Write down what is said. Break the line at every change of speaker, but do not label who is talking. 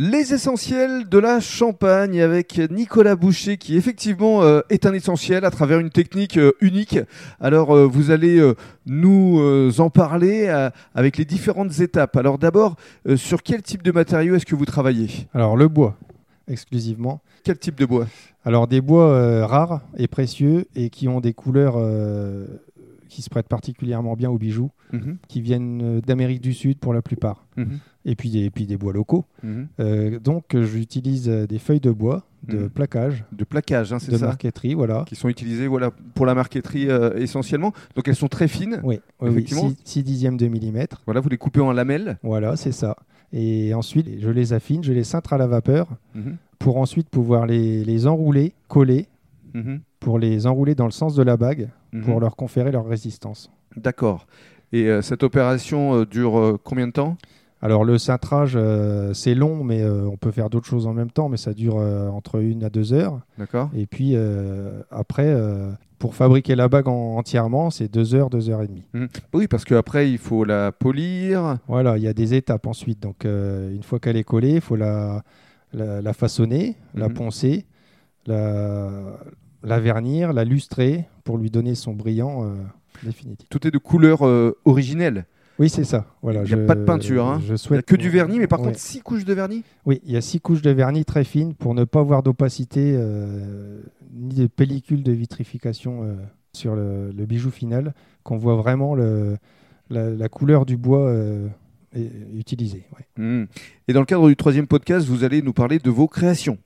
Les essentiels de la Champagne avec Nicolas Boucher qui effectivement euh, est un essentiel à travers une technique euh, unique. Alors euh, vous allez nous euh, en parler avec les différentes étapes. Alors d'abord, euh, sur quel type de matériaux est-ce que vous travaillez
Alors le bois, exclusivement.
Quel type de bois
Alors des bois euh, rares et précieux et qui ont des couleurs euh, qui se prêtent particulièrement bien aux bijoux, mmh.
Mhm,
qui viennent d'Amérique du Sud pour la plupart, mmh. et, puis des, et puis des bois locaux. Mmh.
mhm.
Euh, donc j'utilise euh, des feuilles de bois, de plaquage.
De plaquage, hein, Hmm. c'est
de
ça.
De marqueterie, voilà.
Qui sont utilisées voilà, pour la marqueterie euh, essentiellement. Donc elles sont très fines.
Oui, oui, effectivement. 6 dixièmes de millimètre.
Voilà, vous les coupez en lamelles.
Voilà, c'est ça. Et ensuite, je les affine, je les cintre à la vapeur pour ensuite pouvoir les, les enrouler, coller
Mhm,
pour les enrouler dans le sens de la bague mmh. pour leur conférer leur résistance.
D'accord. Et euh, cette opération euh, dure euh, combien de temps
alors le cintrage, euh, c'est long, mais on peut faire d'autres choses en même temps, mais ça dure euh, entre une à deux heures.
D'accord.
Et puis euh, après, pour fabriquer la bague en, entièrement, c'est deux heures, deux heures et demie.
Mmh. Oui, parce qu'après, il faut la polir.
Voilà, il y a des étapes ensuite. Donc euh, une fois qu'elle est collée, il faut la, la, la façonner, mmh.
Mhm.
la poncer, la, la vernir, la lustrer pour lui donner son brillant euh, définitif.
Tout est de couleur euh, originelle.
Oui, c'est ça. Voilà,
il n'y a pas de peinture. Hein. Je souhaite... Il n'y a que du vernis, mais par ouais. contre, six couches de vernis
Oui, il y a six couches de vernis très fines pour ne pas avoir d'opacité euh, ni de pellicule de vitrification euh, sur le, le, bijou final, qu'on voit vraiment le, la, la, couleur du bois utilisée. Ouais.
Mhm. Mmh. Et dans le cadre du troisième podcast, vous allez nous parler de vos créations.